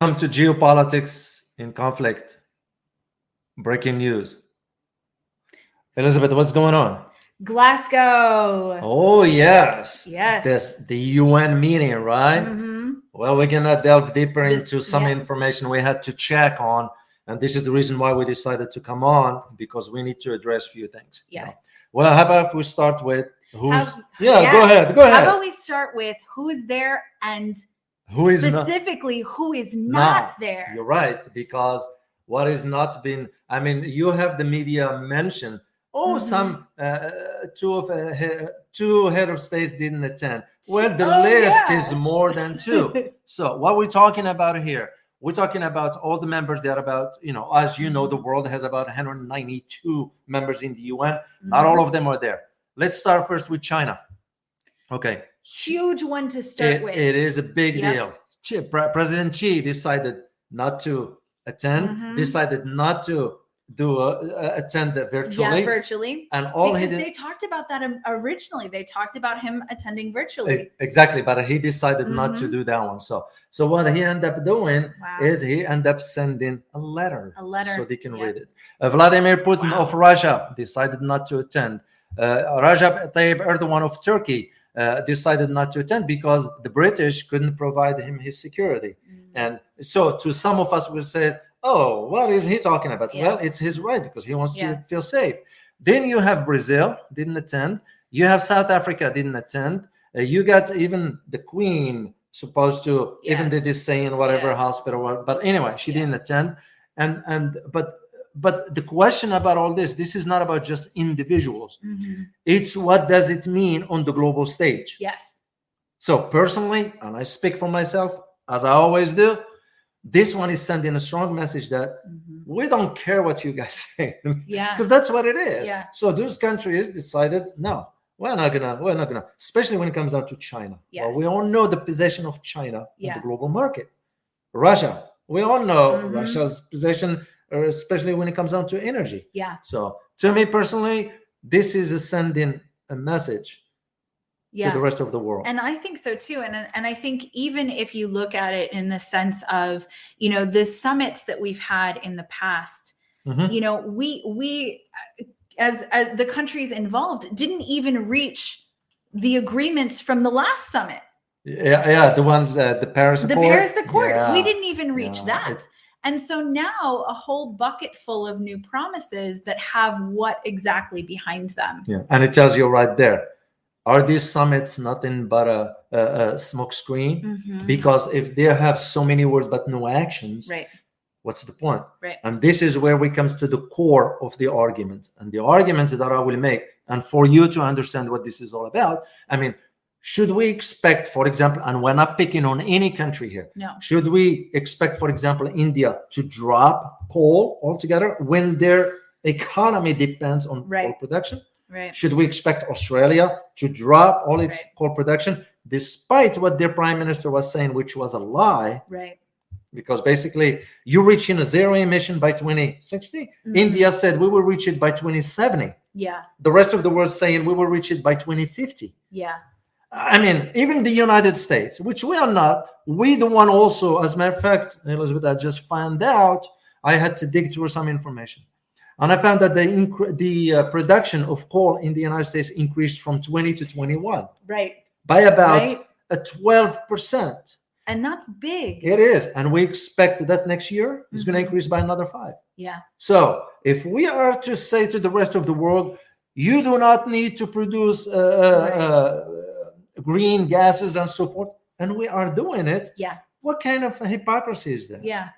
Welcome to Geopolitics in Conflict. Breaking news. Elizabeth, what's going on? Glasgow. Oh, yes. Yes. This the UN meeting, right? Mhm. Well, we're gonna delve deeper This- into some yeah. information we had to check on, and this is the reason why we decided to come on because we need to address few things. you know. Yes. Well, how about if we start with who's? How- yeah, go yeah. ahead. Go How ahead. about we start with who is there and Who is not? specifically who is not Not. there? You're right, because what is not been, I mean, you have the media mention, oh, Mhm. some uh, two of uh, he- two head of states didn't attend. Well, the Oh, list yeah. is more than two. Mm-hmm. so what we're talking about here, we're talking about all the members that are about, you know, as you know, the Mm-hmm. world has about 192 members in the UN. Mm-hmm. Not all of them are there. Let's start first with China. Okay huge one to start it- with. it is a big Yep. deal. Chi- Pre- President Xi decided not to attend, Mhm. decided not to do a, a- attend the virtually, yeah, virtually. and all he because did e, they talked about that um, originally. They talked about him attending virtually. e- exactly, but he decided not Mm-hmm. to do that one. So, so what he ended up doing wow. is he ended up sending a letter, A letter, so they can yeah. read it. Uh, Vladimir Putin Wow. of Russia decided not to attend. Uh, Rajab Tayyip Erdogan of Turkey uh, decided not to attend because the British couldn't provide him his security. Mm. And so to some of us will say, oh, what is he talking about? Yeah. Well, it's his right because he wants Yeah. to feel safe. Then you have Brazil didn't attend. You have South Africa didn't attend. Uh, you got even the Queen supposed to even Yes. did this saying whatever Yes. hospital. wa- But anyway, she Yeah. didn't attend. And and but but the question about all this, this is not about just individuals. Mhm. It's what does it mean on the global stage. Yes. So personally, and I speak for myself as I always do, this one is sending a strong message that Mhm. we don't care what you guys say Yeah. because that's what it is. Ah. Yeah. So those countries decided no, we're not gonna, we're not gonna, especially when it comes down to China. Well, Yes. we all know the position of China in Yeah. the global market. Russia, we all know Mhm. Russia's position, uh, especially when it comes down to energy. Yeah. So to me personally, this is a sending a message Yeah. to the rest of the world. And I think so too. And and I think even if you look at it in the sense of, you know, the summits that we've had in the past, Mhm. you know, we we uh, as, as the countries involved didn't even reach the agreements from the last summit, Yeah, yeah, the ones uh, the Paris the Accord. Paris Accord. We Yeah. didn't even reach Yeah. that. It's- and so now a whole bucket full of new promises that have what exactly behind them. Yeah, and it tells you right there. Are these summits nothing but a, a, a smoke screen? Mhm. Because if they have so many words but no actions, Right. what's the point? Right. And this is where we comes to the core of the argument and the arguments that I will make. And for you to understand what this is all about, I mean, should we expect, for example, and we're not picking on any country here, No. Should we expect, for example, India to drop coal altogether when their economy depends on Right. coal production? Right. Should we expect Australia to drop all its Right. coal production, despite what their prime minister was saying, which was a lie? Right. Because basically, you're reaching a zero emission by 2060. Mhm. India said we will reach it by 2070. Yeah. The rest of the world saying we will reach it by 2050. Yeah. I mean, even the United States, which we are not, we the one also, as a matter of fact, Elizabeth, I just found out, I had to dig through some information. And I found that the, incre- the uh, production of coal in the United States increased from 20 to 21 Right. by about Right. a 12%. And that's big. It is. And we expect that next year it's going to Mhm. increase by another five. Yeah. So if we are to say to the rest of the world, you do not need to produce uh, uh, green gases and so forth, and we are doing it. Yeah. What kind of hypocrisy is that? Yeah.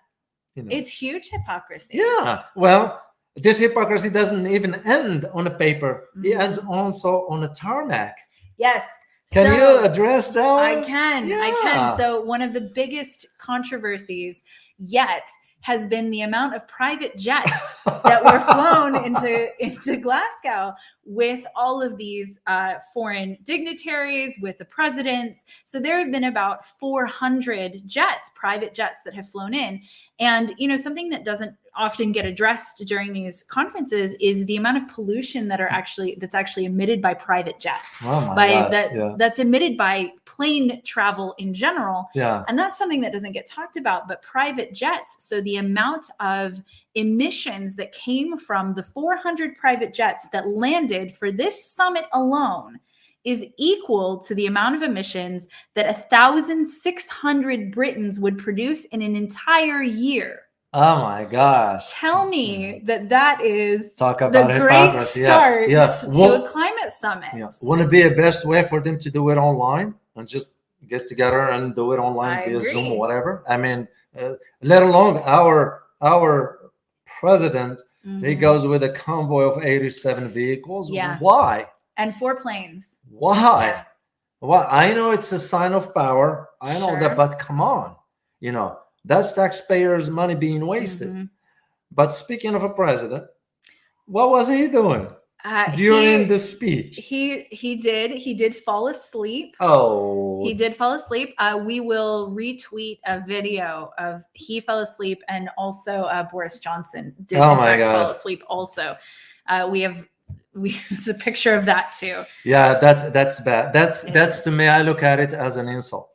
You know? It's huge hypocrisy. yeah. Well, this hypocrisy doesn't even end on a paper. It Mhm. ends also on a tarmac. Yes. Can So, you address that? I one? can. I Yeah. can. So one of the biggest controversies yet has been the amount of private jets that were flown into into Glasgow, with all of these uh, foreign dignitaries, with the presidents. So there have been about 400 jets, private jets, that have flown in. And, you know, something that doesn't often get addressed during these conferences is the amount of pollution that are actually that's actually emitted by private jets Oh my by gosh, that yeah. that's emitted by plane travel in general Yeah. and that's something that doesn't get talked about, but private jets. So the amount of emissions that came from the 400 private jets that landed for this summit alone is equal to the amount of emissions that 1,600 Britons would produce in an entire year. Oh my gosh. Tell me that that is Mm. Talk the about great hypocrisy. Yeah, start Yeah. to Well, a climate summit. yeah. Wouldn't it be a best way for them to do it online and just get together and do it online I via Zoom agree. or whatever? I mean, uh, let alone our our president, he Mhm. goes with a convoy of 87 vehicles. Yeah. Why? And four planes. Why? Yeah. Well, I know it's a sign of power. I know Sure. that, but come on, you know that's taxpayers' money being wasted. Mhm. But speaking of a president, what was he doing Uh, during he- the speech? he he did he did fall asleep Oh, he did fall asleep uh, we will retweet a video of he fell asleep and also uh, boris johnson did Oh in my fact fall gosh. asleep also uh, we have we it's a picture of that too yeah, that's that's bad. That's It that's to is. me. I look at it as an insult.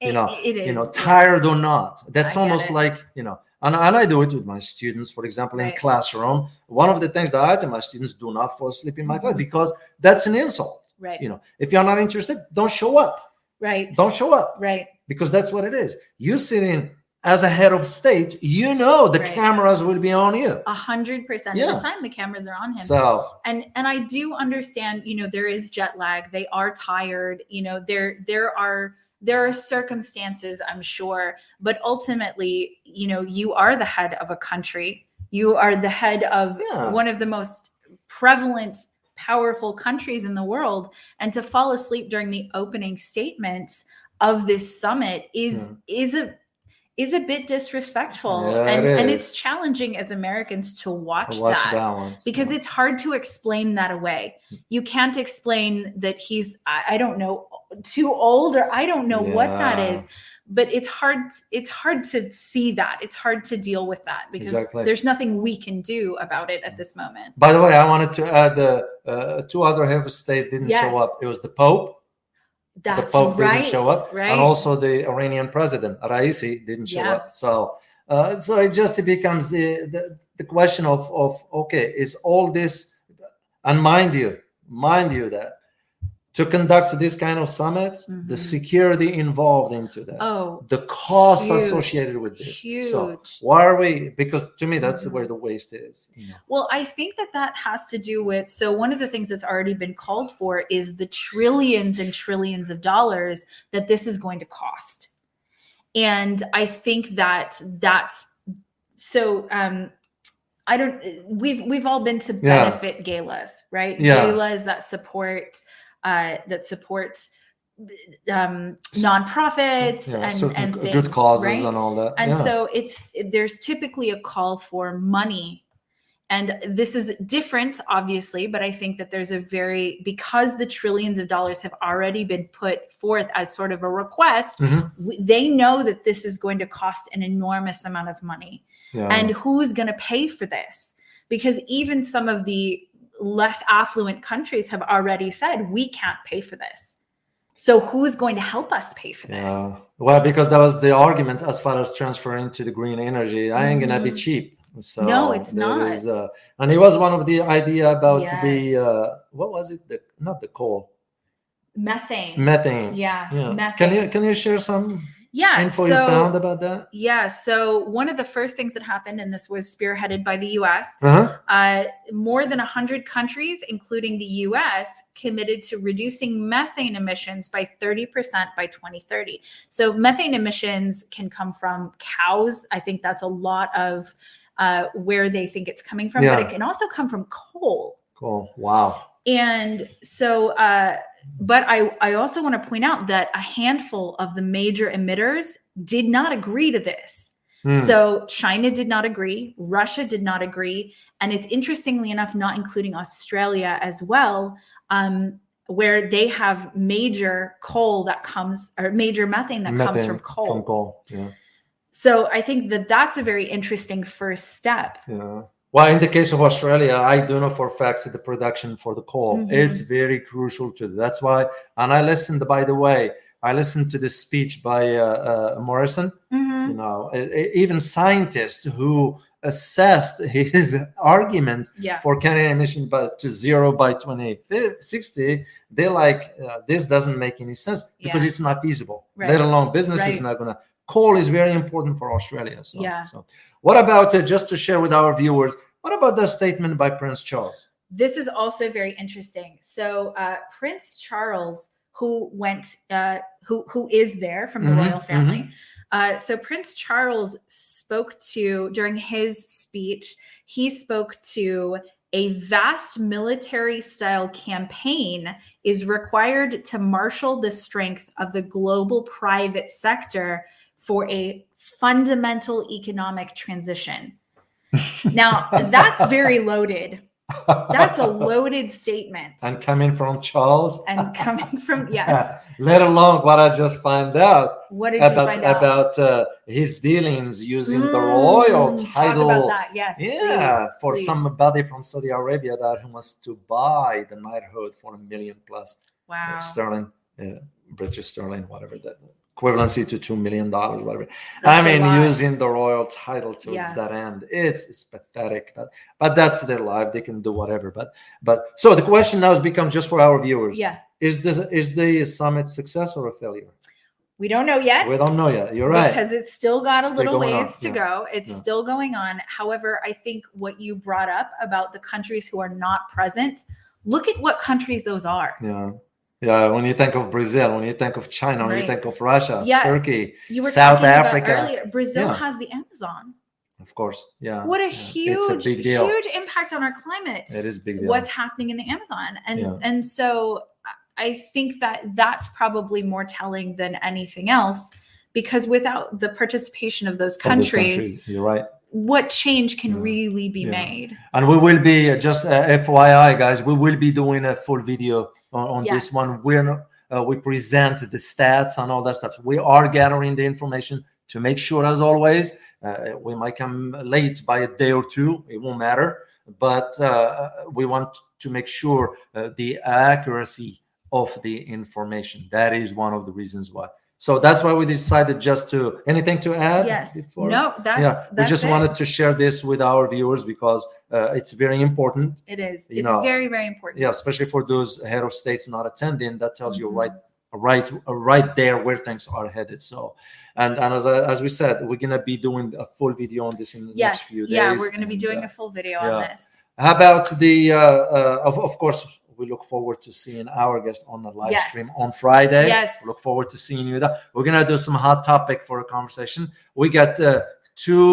You It- know, it is You know, tired or not, I that's get almost it. like you know. And, and I do it with my students, for example, in Right. classroom. One of the things that I tell my students: do not fall asleep in my class Mhm. because that's an insult. right You know, if you're not interested, don't show up. right Don't show up. right because that's what it is. You sitting as a head of state, you know the Right. cameras will be on you. a hundred percent of Yeah. the time the cameras are on him So and and i do understand you know there is jet lag they are tired you know there there are there are circumstances i'm sure but ultimately you know you are the head of a country you are the head of Yeah. one of the most prevalent powerful countries in the world and to fall asleep during the opening statements of this summit is Yeah. is a is a bit disrespectful Hmm. Yeah, and it and is. it's challenging as americans to watch, I watch that that one because it's hard to explain that away. Hmm. You can't explain that he's, I, I don't know, too old or I don't know what that Yeah. is. But it's hard. It's hard to see that. It's hard to deal with that because Exactly. Hmm. there's nothing we can do about it at this moment. By the way, I wanted to add the uh, two other head of state didn't Yes. show up. It was the Pope, That's the Pope right. didn't show up, Right. and also the Iranian President Raisi didn't show Yeah. up. So. Uh, so it just becomes the, the the question of of okay is all this and mind you mind you that to conduct this kind of summits the Mhm. security involved into that oh, the cost Huge. associated with this. huge. So why are we? Because to me, that's Mhm. where the waste is. you know. Well, I think that that has to do with so one of the things that's already been called for is the trillions and trillions of dollars that this is going to cost. And I think that that's so um I don't we've we've all been to Yeah. benefit galas, right? Yeah. Galas that support uh that support um nonprofits Yeah, and, certain and g- things, good causes right? and all that. And yeah. so it's there's typically a call for money. And this is different, obviously, but I think that there's a very, because the trillions of dollars have already been put forth as sort of a request, Mhm. w- they know that this is going to cost an enormous amount of money. Yeah. And who's going to pay for this? Because even some of the less affluent countries have already said, we can't pay for this. So who's going to help us pay for this? yeah. Well, because that was the argument as far as transferring to the green energy. I ain't gonna be Mhm. cheap. So No, it's there not. is, uh, and it was one of the idea about the Yes. uh, what was it? The, not the coal, Methane. methane. Yeah. Methane. Can you can you share some Yeah. info you so- found about that? Yeah. So one of the first things that happened, and this was spearheaded by the U.S., Uh-huh. uh, more than 100 countries, including the U.S., committed to reducing methane emissions by 30% by 2030. So methane emissions can come from cows. I think that's a lot of uh, where they think it's coming from, but Yeah. it can also come from coal. Cool. Wow. And so, uh, but I, I also want to point out that a handful of the major emitters did not agree to this. Mm. So China did not agree, Russia did not agree, and it's interestingly enough not including Australia as well, um, where they have major coal that comes or major methane that comes Methane from coal. From coal. Yeah. So I think that that's a very interesting first step. Yeah. Well, in the case of Australia, I do know for a fact that the production for the coal, Mhm. it's very crucial to That's why, and I listened, by the way, I listened to this speech by uh, uh, Morrison, you know, e- e- even scientists who assessed his argument Yeah. for cutting emission by, to zero by 2060, they're like, uh, this doesn't make any sense because Yeah. it's not feasible, Right. let alone business is Right. not going to. Coal is very important for Australia. So, Yeah. so. what about, uh, just to share with our viewers, what about that statement by Prince Charles? This is also very interesting. So uh, Prince Charles, who went, uh, who who is there from the Mhm, royal family. Uh, so Prince Charles spoke to during his speech. He spoke to a vast military-style campaign is required to marshal the strength of the global private sector for a fundamental economic transition. now that's very loaded that's a loaded statement and, and coming from Charles, coming from yes let alone what I just found out what did you about find out about uh, his dealings using the Mm, royal talk about title. that yes Yeah, please, for please. somebody from Saudi Arabia that who wants to buy the knighthood for a million plus wow uh, sterling, uh, British sterling, whatever that equivalency to two million dollars, whatever. That's a I mean, lot. using the royal title towards Yeah. that end, it's, it's pathetic. But but that's their life; they can do whatever. But but so the question now has become just for our viewers: yeah Is this is the summit success or a failure? we don't know yet We don't know yet. You're right. Eh. because it's still got a Still little going on, ways to yeah, go it's yeah. still going on however i think what you brought up about the countries who are not present look at what countries those are yeah. Yeah, when you think of Brazil, when you think of China, when you Right. think of Russia, Yeah. Turkey, you were South talking about Africa. earlier brazil Yeah. has the amazon of course. Yeah. what a yeah. huge it's a big deal. huge impact on our climate It is big deal. what's happening in the Amazon. And Yeah. and so I think that that's probably more telling than anything else because without the participation of those Of this countries, country, You're right. what change can Yeah. really be Yeah. made? And we will be uh, just uh, FYI, guys. We will be doing a full video on, on Yes. this one. We're not- uh, we present the stats and all that stuff. We are gathering the information to make sure, as always. Uh, we might come late by a day or two. It won't matter, but uh, we want to make sure uh, the accuracy of the information. That is one of the reasons why. So that's why we decided just to. Anything to add? Yes. before- no, that's, yeah we that's just it. wanted to share this with our viewers because uh, it's very important it is. you It's know, very, very important. yeah especially for those head of states not attending that tells you Mhm. right right right there where things are headed so and and as, I- as we said we're gonna be doing a full video on this in the Yes. next few days yeah, we're going to be And, doing uh, a full video on yeah. this. how about the uh, uh of, of course we look forward to seeing our guest on the live Yes. stream on friday Yes. look forward to seeing you there we're gonna do some hot topic for a conversation we got uh, two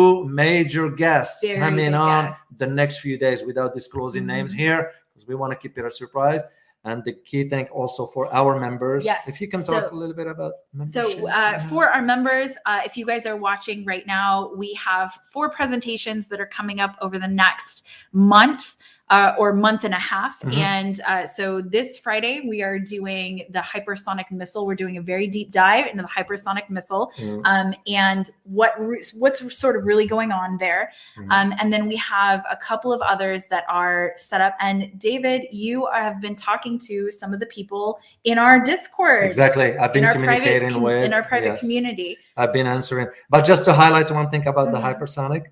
major guests Very coming big on guest. the next few days without disclosing names Mhm. here because we want to keep it a surprise and the key thing also for our members Yes. if you can talk So- a little bit about membership. So, uh, for our members, uh, if you guys are watching right now, we have four presentations that are coming up over the next month uh, or month and a half. Mhm. And uh, so, this Friday, we are doing the hypersonic missile. We're doing a very deep dive into the hypersonic missile Mm, um, and what re- what's sort of really going on there. Mhm. Um, and then we have a couple of others that are set up. And David, you have been talking to some of the people in our Discord exactly i've been in our communicating private com- with in our private yes. community. I've been answering. But just to highlight one thing about the Mhm. hypersonic,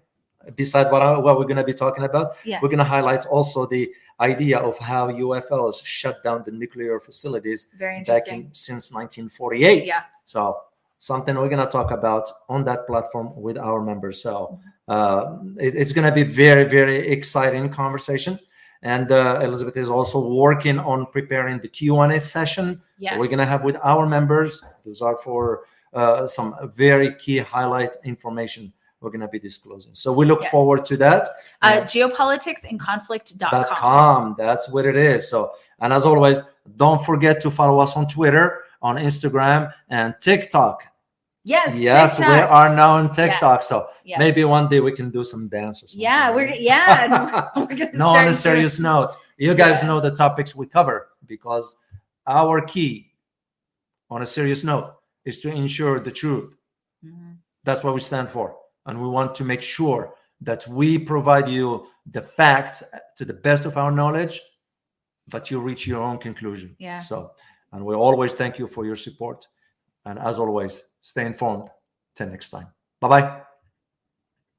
besides what, I, what we're going to be talking about, Yeah. we're going to highlight also the idea of how UFOs shut down the nuclear facilities Very back interesting. in since 1948. Yeah. So something we're going to talk about on that platform with our members. So Mm-hmm. uh, it- it's going to be very, very exciting conversation. And uh, Elizabeth is also working on preparing the Q&A session Yes. we're going to have with our members. Those are for uh, some very key highlight information we're going to be disclosing. So we look Yes. forward to that. uh, geopolitics and conflict.com. Dot .com. That's what it is. So, and as always, don't forget to follow us on Twitter, on Instagram, and TikTok. Yes. Yes, we TikTok. are now on TikTok. So Yeah. maybe one day we can do some dance or something. yeah. We're yeah. and we're gonna no, on a start doing- serious note, you guys Yeah. know the topics we cover because our key, on a serious note, is to ensure the truth. Mhm. That's what we stand for. And we want to make sure that we provide you the facts to the best of our knowledge, but you reach your own conclusion. Yeah. So, and we always thank you for your support. And as always, stay informed. Till next time. Bye bye.